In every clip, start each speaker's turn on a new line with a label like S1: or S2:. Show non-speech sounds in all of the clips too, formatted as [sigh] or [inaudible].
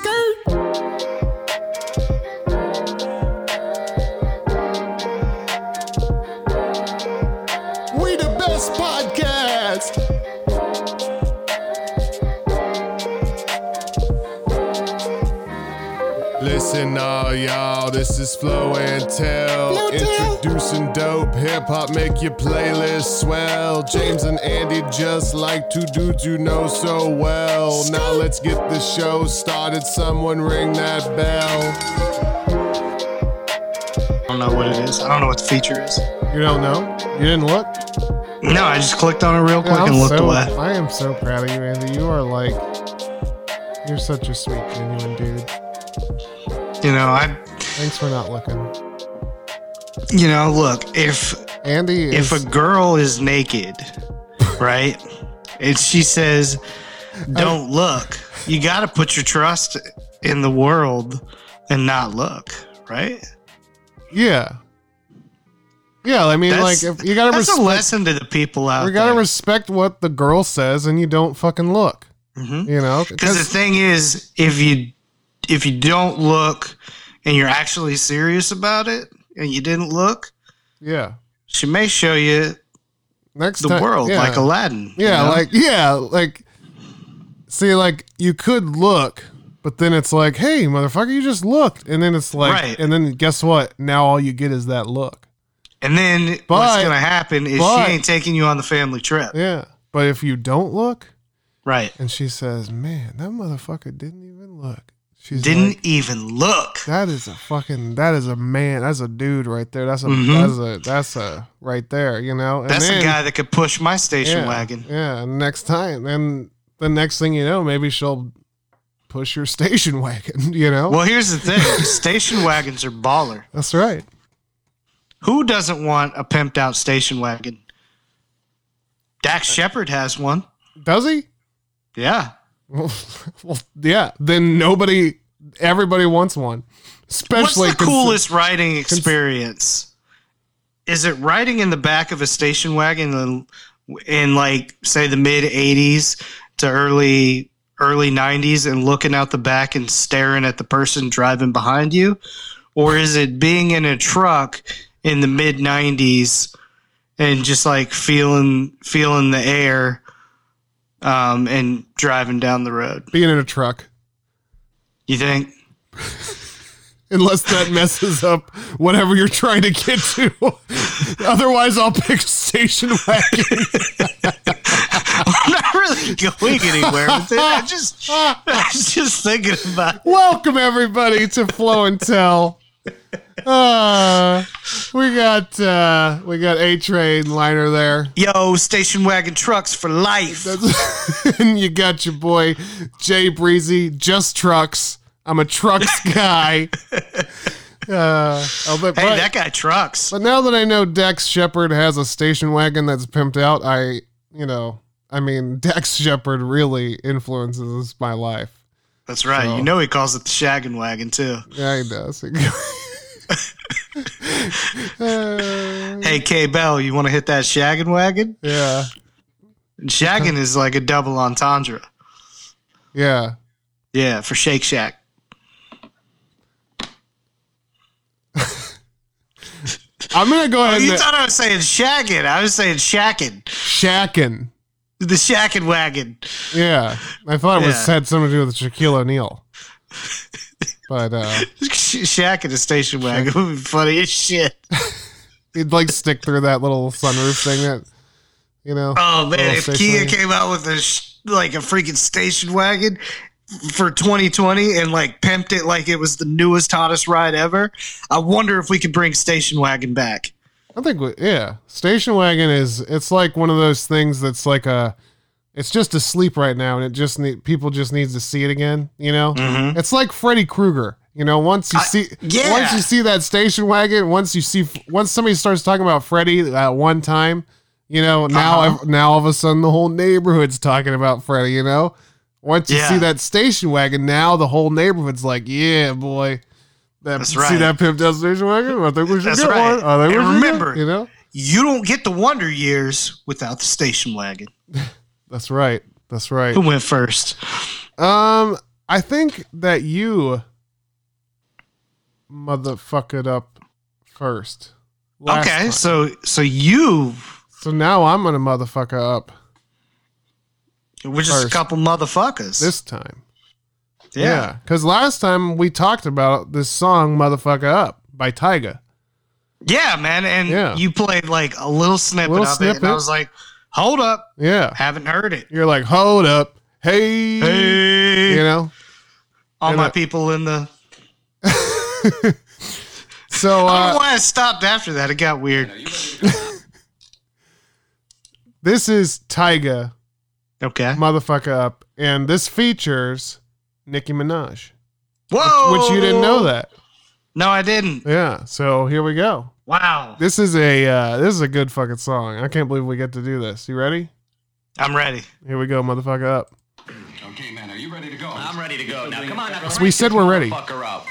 S1: Scoot! We the best podcast!
S2: Listen, all y'all, this is Flow and Tell.
S1: Flow Tell.
S2: Introducing dope hip hop, make your playlist swell. James and Andy just like two dudes you know so well. Now let's get the show started. Someone ring that bell.
S3: I don't know what it is. I don't know what the feature is.
S2: You don't know? You didn't look?
S3: No, I just clicked on it real quick and
S2: I'm
S3: looked
S2: so,
S3: away.
S2: I am so proud of you, Andy. You are like, you're such a sweet, genuine dude.
S3: You know, I,
S2: Thanks for not looking.
S3: you know, look if
S2: Andy is.
S3: if a girl is naked, right, and she says,
S2: [laughs]
S3: "Don't look," you got to put your trust in the world and not look, right?
S2: yeah. Yeah, I mean,
S3: That's,
S2: like, if you gotta
S3: that's
S2: respect.
S3: a lesson to the people out
S2: we gotta
S3: there.
S2: respect what the girl says, and you don't fucking look.
S3: Mhm.
S2: You know,
S3: Because the thing is, if you if you don't look and you're actually serious about it, and you didn't look,
S2: yeah.
S3: she may show you
S2: Next
S3: the
S2: time,
S3: world
S2: yeah.
S3: like Aladdin. you
S2: yeah,
S3: know?
S2: like yeah, like see, like you could look, but then it's like, hey, motherfucker, you just looked, and then it's like,
S3: Right.
S2: and then guess what? Now all you get is that look.
S3: and then
S2: But-
S3: what's gonna happen is
S2: but-
S3: she ain't taking you on the family trip.
S2: Yeah, but if you don't look,
S3: Right.
S2: and she says, man, that motherfucker didn't even look. She's
S3: Didn't
S2: like,
S3: even look.
S2: that is a fucking that is a man that's a dude right there that's a
S3: Mhm.
S2: that's a that's a right there you know and
S3: That's
S2: then,
S3: the guy that could push my station
S2: yeah,
S3: wagon.
S2: Yeah, and next time, then the next thing you know, maybe she'll push your [laughs] station wagon. [laughs] You know,
S3: Well, here's the
S2: [laughs]
S3: thing: station wagons are baller.
S2: that's right.
S3: Who doesn't want a pimped out station wagon? Dax Shepard has one.
S2: Does he? [laughs]
S3: Yeah.
S2: Well, well, yeah. Then nobody, everybody wants one. Especially
S3: What's the
S2: consi-
S3: coolest riding experience? Is it riding in the back of a station wagon in, in like say the mid '80s to early early '90s and looking out the back and staring at the person driving behind you, or is it being in a truck in the mid '90s and just like feeling feeling the air um, and driving down the road?
S2: being in a truck,
S3: You think?
S2: unless that
S3: [laughs]
S2: messes up whatever you're trying to get to. [laughs] Otherwise, I'll pick station wagon.
S3: I'm not [laughs] really going anywhere with it. I just, I was just thinking about.
S2: Welcome everybody to Flow and Tell. Uh, we got uh, we got A Train Liner there. [laughs]
S3: Yo, station wagon trucks for life.
S2: and you got your boy Jay Breezy, just trucks. I'm a trucks
S3: [laughs]
S2: guy. uh, oh, but,
S3: hey,
S2: but-
S3: that guy trucks.
S2: but now that I know Dax Shepard has a station wagon that's pimped out, I you know, I mean Dax Shepard really influences my life.
S3: That's right. You know he calls it the shaggin' wagon too.
S2: Yeah, he does. Uh,
S3: Hey, K Bell, you want to hit that shaggin' wagon?
S2: [laughs] yeah,
S3: Shaggin' is like a double entendre.
S2: yeah.
S3: Yeah, for Shake Shack.
S2: I'm gonna go ahead
S3: You
S2: and
S3: thought I was saying shaggin'. I was saying shackin'.
S2: shacking.
S3: The shackin' wagon. [laughs]
S2: Yeah, I thought it was
S3: Yeah.
S2: had something to do with Shaquille O'Neal, but uh,
S3: Sh- shackin' a station wagon would be funny as shit.
S2: he'd like stick through that little sunroof thing that you know.
S3: Oh man,
S2: Little
S3: if
S2: station
S3: Kia
S2: wagon.
S3: came out with a sh- like a freaking station wagon for 2020 and like pimped it like it was the newest hottest ride ever, I wonder if we could bring station wagon back.
S2: I think we, yeah, station wagon is it's like one of those things that's like a, it's just asleep right now, and it just need people just needs to see it again. You know,
S3: Mhm.
S2: it's like Freddy Krueger. You know, once you
S3: I-
S2: see,
S3: yeah.
S2: once you see that station wagon, once you see, once somebody starts talking about Freddy at one time, you know, now
S3: Uh-huh.
S2: ev- now all of a sudden the whole neighborhood's talking about Freddy. You know, Once you
S3: Yeah.
S2: see that station wagon, now the whole neighborhood's like, yeah, boy. That,
S3: That's
S2: See
S3: right.
S2: that pimped out station wagon? I think we should
S3: That's
S2: get
S3: right.
S2: one. I think
S3: And
S2: we should get-
S3: remember-
S2: you know,
S3: You don't get the Wonder Years without the station wagon.
S2: that's right. That's right.
S3: Who went first?
S2: Um, I think that you motherfuck it up first. Last
S3: okay,
S2: time.
S3: so so you
S2: So now I'm gonna motherfucker up
S3: we're just a
S2: First.
S3: couple motherfuckers.
S2: this time.
S3: yeah.
S2: Because last time we talked about this song "Motherfucker Up" by Tyga.
S3: Yeah, man. And
S2: Yeah.
S3: you played like a little snippet
S2: Little
S3: of it. And
S2: snippet.
S3: I was like, hold up.
S2: Yeah.
S3: Haven't heard it.
S2: You're like, hold up, hey,
S3: Hey.
S2: you know.
S3: All
S2: and
S3: my
S2: I-
S3: people in the.
S2: So
S3: [laughs] I don't know
S2: uh,
S3: why I stopped after that. It got weird.
S2: this is Tyga
S3: Okay.
S2: "Motherfucker Up," and this features Nicki Minaj,
S3: Whoa.
S2: which you didn't know that.
S3: No, I didn't.
S2: Oh. Yeah. So here we go.
S3: Wow.
S2: This is a uh, this is a good fucking song. I can't believe we get to do this. You ready?
S3: I'm ready.
S2: Here we go, motherfucker up.
S4: Okay, man, are you ready to go?
S5: I'm ready to go now. Come on, now.
S2: We said we're ready.
S5: Fucker up.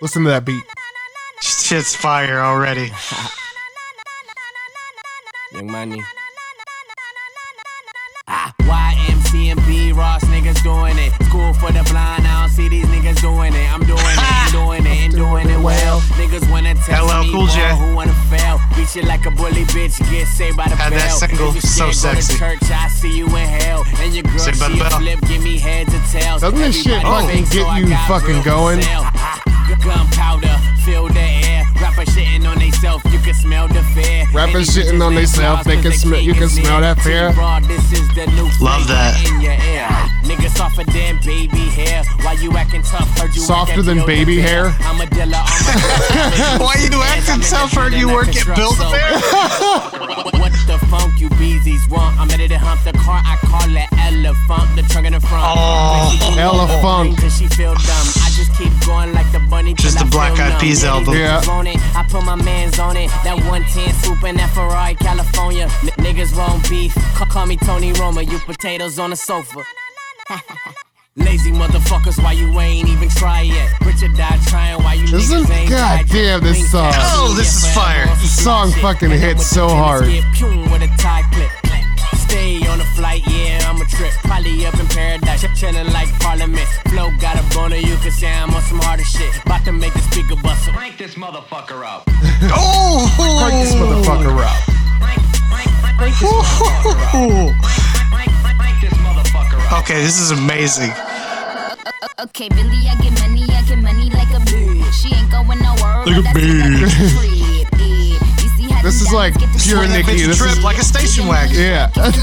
S2: Listen to that beat.
S3: Shit's fire already.
S5: Young money. Ah, YMCMB, Ross niggas doing it. School for the blind, I don't see these niggas doing it. I'm doing it, I'm doing it, and doing it well. Niggas wanna test
S3: LL
S5: me,
S3: Cool J.
S5: boy, who wanna fail. Beat you like a bully bitch, get saved by the
S3: God,
S5: bell.
S3: that single
S5: If you
S3: is so
S5: scared, go to
S3: sexy.
S5: Church, I see you in hell. And your girl,
S3: Saved by the
S5: she a
S3: bell.
S5: flip, give me heads or tails.
S2: Doesn't this shit
S5: Everybody
S2: fucking
S5: thinks,
S2: get
S5: oh, I
S2: you
S5: got
S2: fucking
S5: real
S2: going?
S5: sell. Gunpowder, fill the air. Rapper shitting on theyself, you can smell the fear.
S2: Rappers shitting on theyself, they can smell- you can smell that fear.
S3: Love that.
S5: Nigga softer than baby hair. Why you acting tough? Heard you
S2: Softer
S5: work at
S2: than
S5: Build a
S2: baby
S5: Bear.
S2: hair?
S5: I'm a dealer
S3: [laughs]
S5: on my
S3: Why you acting tough? Heard you work at Build a Bear.
S5: What the funk you beezies want? I'm ready to hump the car. I call it elephant. The trunk in the front.
S3: Oh.
S2: Elefunk.
S5: Cause she feel dumb. I just keep going like the bunny.
S3: Just
S5: till
S3: the
S5: I
S3: Black
S5: feel
S3: Eyed
S5: numb.
S3: Peas
S5: Yeah,
S3: album.
S5: these
S2: Yeah.
S5: bitches on it. I put my mans on it. That 110 swoop in that Ferrari, California. N- niggas wrong beef. Ca- call me Tony Roma. You potatoes on the sofa. Lazy motherfuckers, why you ain't even try yet? Richard died trying, why you
S2: Isn't-
S5: niggas ain't
S2: God
S5: tried
S2: damn,
S5: yet?
S2: this
S5: Link
S2: song.
S5: down,
S3: Oh,
S5: yeah,
S3: this is
S5: forever
S3: fire.
S5: on some
S2: This song
S5: shit.
S2: fucking
S5: Hit 'em
S2: hits
S5: with the
S2: so
S5: tennis
S2: hard.
S5: gear, pew, with a tie clip. Stay on the flight, yeah, I'm a trip. Probably up in paradise, chillin' like parliament. Flow got a boner, you can say I'm on some harder shit. About to make the speaker bustle.
S4: Crank this motherfucker up.
S2: Crank this
S3: Oh.
S2: motherfucker up.
S4: Crank, crank, crank, crank this motherfucker up. Crank, crank, crank this motherfucker
S3: [laughs]
S4: up.
S3: Okay, this is amazing.
S6: Okay, Billy, I get money, I get money like a bitch. She ain't going nowhere.
S3: Like a
S6: but that's
S3: bitch.
S6: a trip, yeah. You see how
S2: This
S6: them
S2: is like
S6: diamonds get the
S2: pure
S6: shine?
S2: Nicki.
S3: Bitch
S2: This
S3: trip
S2: is
S3: like a station wagon.
S2: [laughs] yeah.
S6: and shit. Have a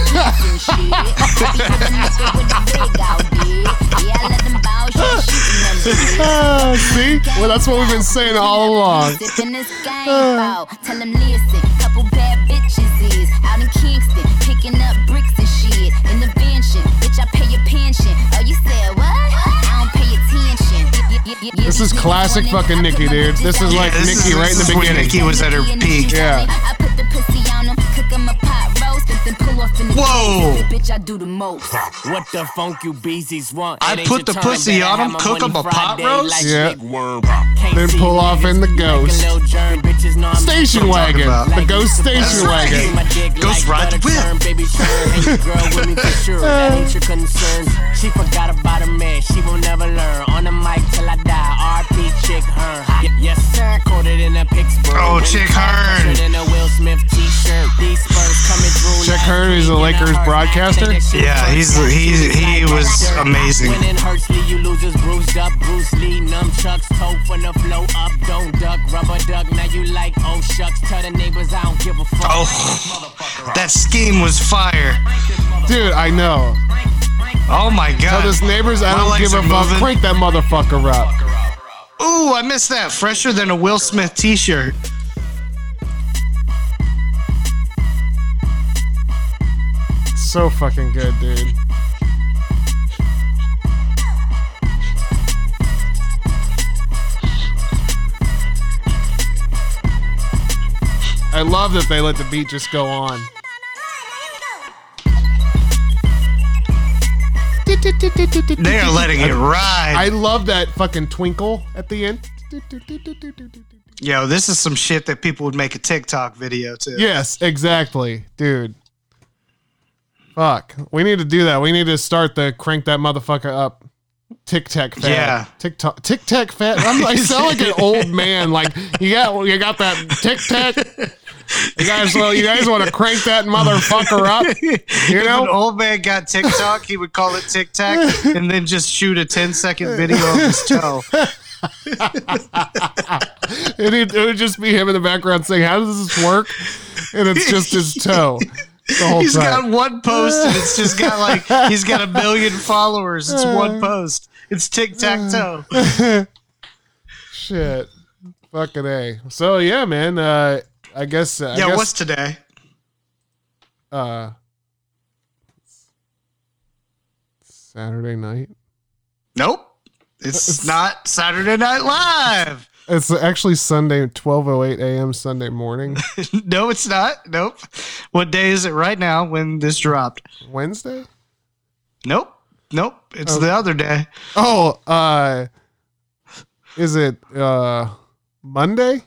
S6: nigga with a big out, bitch. Yeah, I let them bow, she shooting them, bitch.
S2: Ah, See, well, that's what we've been saying all along.
S6: Sipping this game out. Tell them listen, couple bad bitches is out in Kingston, picking up bricks and shit. Intervention, bitch, I pay your pension. Oh, you said what? I don't pay attention. Y- y- y- y-
S2: This is
S6: y-
S2: classic
S6: y-
S2: fucking
S6: I put
S2: Nicki,
S6: my
S2: dude.
S6: bitches
S2: This is
S6: out
S2: like
S6: in
S3: this
S2: Nicki
S3: is-
S2: right in
S3: this
S2: the
S3: is when
S2: beginning.
S3: Nicki was at her peak.
S2: Yeah.
S6: I put the pussy on 'em, cook 'em a pot roast, and then pull off in the
S3: Whoa.
S6: kitchen. Bitch, I do the most.
S5: What the funk you beezies want?
S3: I
S5: It ain't
S3: put
S5: your
S3: the
S5: turn,
S3: pussy
S5: better
S3: on 'em,
S5: have my
S3: cook
S5: money
S3: 'em a pot
S5: Friday
S3: roast?
S5: like
S2: Yeah.
S5: Big worm. Can't
S2: Then
S5: see
S2: pull
S5: me
S2: off
S5: niggas
S2: in the
S5: like a
S2: ghost.
S5: little germ, bitches know I'm
S2: Station wagon.
S3: about?
S2: The ghost station
S3: right.
S2: wagon.
S3: Ghost ride the whip.
S5: Baby, sure. And your girl with me for sure. That ain't your concern. She forgot about her man. She will never learn. On the mic till I die. RP Chick Hearn. Y- yes, sir. Coded in a Pittsburgh.
S3: Oh, Chick Hearn.
S5: In a Will Smith T-shirt. These Spurs coming through.
S2: Chick
S5: like
S2: Hearn is a
S5: me in
S2: Lakers
S5: heart.
S2: broadcaster?
S5: Say that shit
S3: Yeah,
S5: first.
S3: he's he he was amazing.
S5: When it hurts, leave you losers bruised up. Bruce Lee, nunchucks, toe from the flow up. Don't duck, rubber duck. Now you like, oh shucks. Tell the neighbors I don't give a fuck.
S3: Oh, that scheme was fire.
S2: Dude, I know.
S3: Oh my
S2: Tell
S3: god.
S2: his neighbors I
S3: My
S2: don't
S3: legs
S2: give a
S3: are
S2: fuck.
S3: moving.
S2: Crank that motherfucker up.
S3: Ooh, I missed that. Fresher than a Will Smith T-shirt.
S2: So fucking good, dude. I love that they let the beat just go on.
S3: They are letting it
S2: [laughs] I
S3: ride.
S2: love that fucking twinkle at the end.
S3: Yo, this is some shit that people would make a TikTok video to.
S2: Yes, exactly, dude. Fuck, we need to do that. We need to start the crank that motherfucker up. Tic Tac fat.
S3: Yeah.
S2: Tic Tac. Tic Tac fat. I'm like, I sound like an old man. Like you got you got that Tic Tac. You guys, well, you guys want to crank that motherfucker up? You
S3: If an
S2: know.
S3: old man got TikTok, he would call it Tic Tac and then just shoot a 10 second video of his
S2: [laughs]
S3: toe.
S2: And it, it would just be him in the background saying, "How does this work?" And it's just
S3: [laughs]
S2: his toe. The whole
S3: He's
S2: time.
S3: got one post and it's just got like, he's got a million followers. It's
S2: Uh.
S3: one post. It's tic tac toe.
S2: Shit. Fucking A. So yeah, man. Uh I guess I
S3: Yeah,
S2: guess,
S3: what's today?
S2: uh Saturday night.
S3: Nope. It's not Saturday Night Live. [laughs]
S2: It's actually Sunday, twelve oh eight a.m. Sunday
S3: [laughs]
S2: morning,
S3: no, it's not. Nope. What day is it right now when this dropped?
S2: Wednesday.
S3: Nope. Nope. It's the other day.
S2: Oh, uh, is it uh Monday?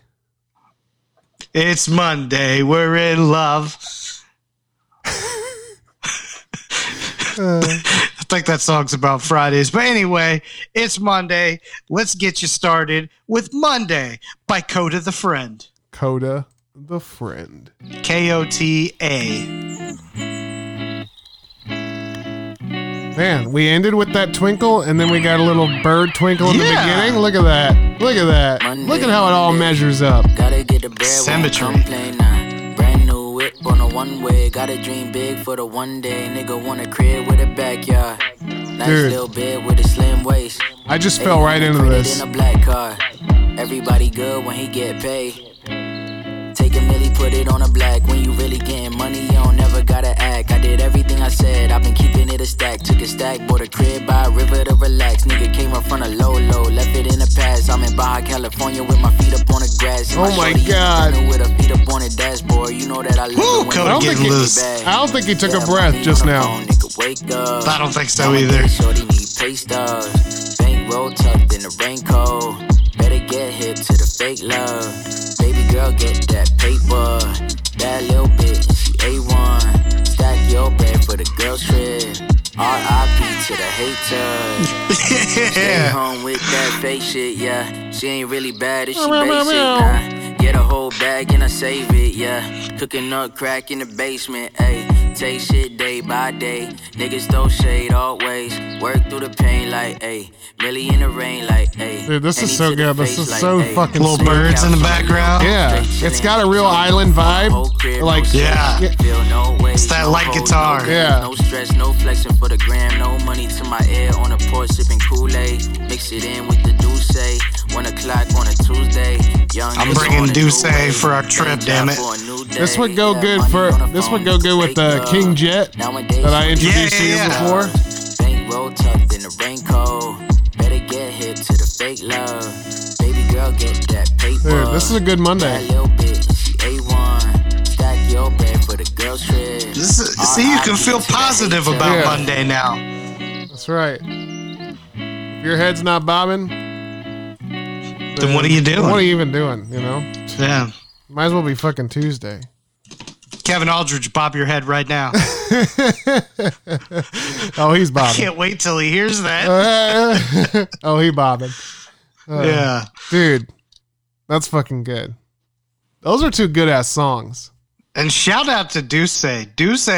S3: It's Monday. We're in love.
S2: Uh.
S3: [laughs] I think that song's about Fridays. But anyway, it's Monday. Let's get you started with Monday by Coda the Friend.
S2: Coda the friend.
S3: K O T A.
S2: Man, we ended with that twinkle, and then we got a little bird twinkle in
S3: Yeah.
S2: the beginning. Look at that! Look at that! Look at how it all measures up.
S7: Gotta get the bread when
S3: Symmetry.
S7: come play now. Brand new whip on a one way. Gotta dream big for the one day. Nigga want a crib with a backyard. Nice
S2: Dude.
S7: little bed with a slim waist.
S2: I just fell right into
S7: Put it
S2: this.
S7: In a black car. Everybody good when he get paid. Take a milli, put it on a black. When you really getting money, you don't never gotta act. I did everything I said, I've been keeping it a stack. Took a stack, bought a crib by a river to relax. Nigga came up from a low low, left it in the past. I'm in Baja California with my feet up on the grass. And
S2: Oh my
S7: shorty in the
S2: God.
S7: window With her feet up on the dashboard, you know that I love
S3: Woo,
S7: it when
S3: Cody
S2: I
S7: you
S2: don't
S3: getting
S2: think he,
S7: get
S3: loose.
S7: bad.
S2: I don't think he took a
S7: Yeah,
S2: breath
S7: money
S2: just
S7: on the
S2: now.
S7: phone, nigga, wake up.
S3: I don't think so either. [laughs]
S7: Shorty need pay stubs. Bankroll tucked in the raincoat. Better get hip to the fake love. Baby girl, get that paper. That little bitch, she A1. Stack your bed for the girls trip. RIP to the haters. Stay home with that fake shit, yeah. She ain't really bad if she basic, nah. Get a whole bag and I save it, yeah. Cooking up crack in the basement, ayy. Take shit day by day. Niggas throw shade always. Work through the pain like, ayy. Really in the rain like, ayy.
S2: Dude, this is so good. This is so fucking
S3: Little birds in the background.
S2: Yeah, it's got a real island vibe. Like,
S3: Yeah.
S7: Feel no way,
S3: It's that
S7: no
S3: light
S7: hold, no
S3: guitar.
S7: grip,
S2: Yeah.
S7: No stress, no flexing for the gram, no money to my ear on the porch sipping Kool-Aid. Mix it in with the Douce. One o'clock on a Tuesday. Young
S3: I'm
S7: nigga
S3: bringing
S7: on a
S3: Douce
S7: new wave.
S3: for our trip,
S7: Day
S3: damn
S7: job
S3: it.
S7: for a new
S2: this
S7: day.
S2: would go
S7: Yeah,
S2: good
S7: money
S2: for
S7: on the
S2: this would
S7: phone,
S2: go good with the
S7: wake up.
S2: King Jet
S7: Nowadays,
S2: that I introduced
S3: Yeah, yeah,
S2: to you
S3: yeah.
S2: before.
S7: Bankroll tucked in the raincoat. Better get hip to the fake love. Baby girl, get that paper.
S2: Dude, this is a good
S7: That
S2: Monday.
S7: little bitch, she A1. Stack your bed for the girls trip.
S3: This is, see, you can feel positive about
S2: Yeah.
S3: Monday now.
S2: That's right. If your head's not bobbing,
S3: Then what are you doing?
S2: What are you even doing? You know,
S3: Yeah.
S2: might as well be fucking Tuesday.
S3: Kevin Aldridge, bob your head right
S2: [laughs]
S3: now.
S2: Oh,
S3: [laughs]
S2: he's bobbing.
S3: Can't wait till he hears that.
S2: Uh. [laughs] oh, he bobbing, Uh,
S3: yeah.
S2: dude. That's fucking good. Those are two good ass songs.
S3: And shout out to Duce. Duce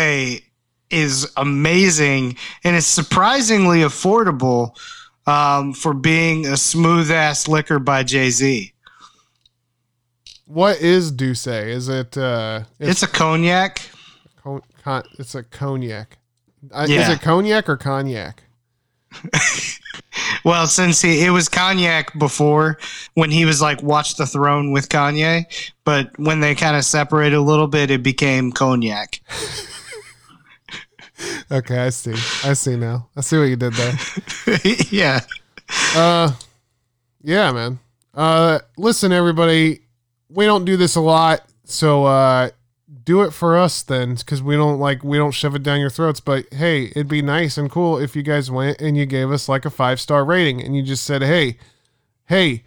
S3: is amazing and it's surprisingly affordable um, for being a smooth ass liquor by Jay Z.
S2: What is Douce? Is it uh it's,
S3: It's a cognac.
S2: con- con- it's a cognac. Uh, Is
S3: Yeah.
S2: it cognac or cognac?
S3: Well, since he, it was cognac before when he was like Watch the Throne with Kanye, but when they kind of separated a little bit, it became cognac. [laughs]
S2: Okay, I see. I see now. I see what you did
S3: [laughs]
S2: there.
S3: yeah.
S2: Uh, yeah, man. Uh, listen, everybody, we don't do this a lot, so uh, do it for us then, because we don't like we don't shove it down your throats. But hey, it'd be nice and cool if you guys went and you gave us like a five star rating and you just said, hey, hey,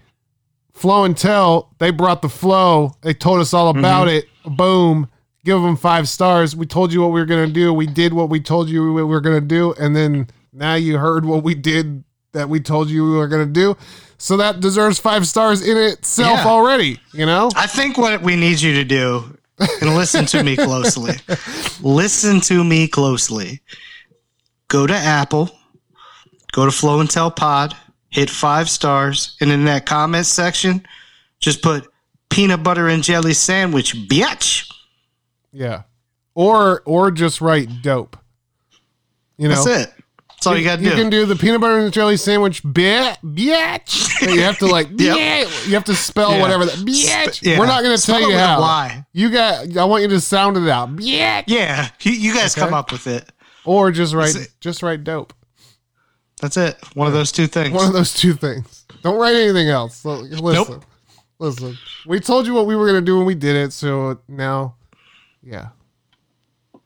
S2: Flow and Tell, they brought the flow. They told us all about it. Boom. Give them five stars. We told you what we were going to do. We did what we told you we were going to do. And then now you heard what we did that we told you we were going to do. So that deserves five stars in itself
S3: Yeah.
S2: already, you know?
S3: I think what we need you to do, and listen to me closely, listen to me closely. Go to Apple, go to Flow and Tell Pod, hit five stars, and in that comment section, just put peanut butter and jelly sandwich, bitch.
S2: Yeah. Or or just write dope. You know.
S3: That's it. That's all you got to
S2: You
S3: do.
S2: can do the peanut butter and jelly sandwich, bitch, bitch. But you have to
S3: [laughs]
S2: like, bitch. You have to spell
S3: Yeah.
S2: whatever. That, bitch.
S3: Sp- yeah.
S2: We're not going to
S3: Spell
S2: tell
S3: it
S2: you
S3: with a
S2: how.
S3: Y.
S2: You got. I want you to sound it out, bitch.
S3: Yeah, you, you guys come up with it.
S2: Or just write,
S3: That's it.
S2: just write dope.
S3: That's it. One of those two things.
S2: One of those two things. Don't write anything else. So, Listen, listen. We told you what we were going to do and we did it. So now, yeah.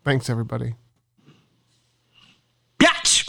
S2: Thanks everybody.
S3: bitch.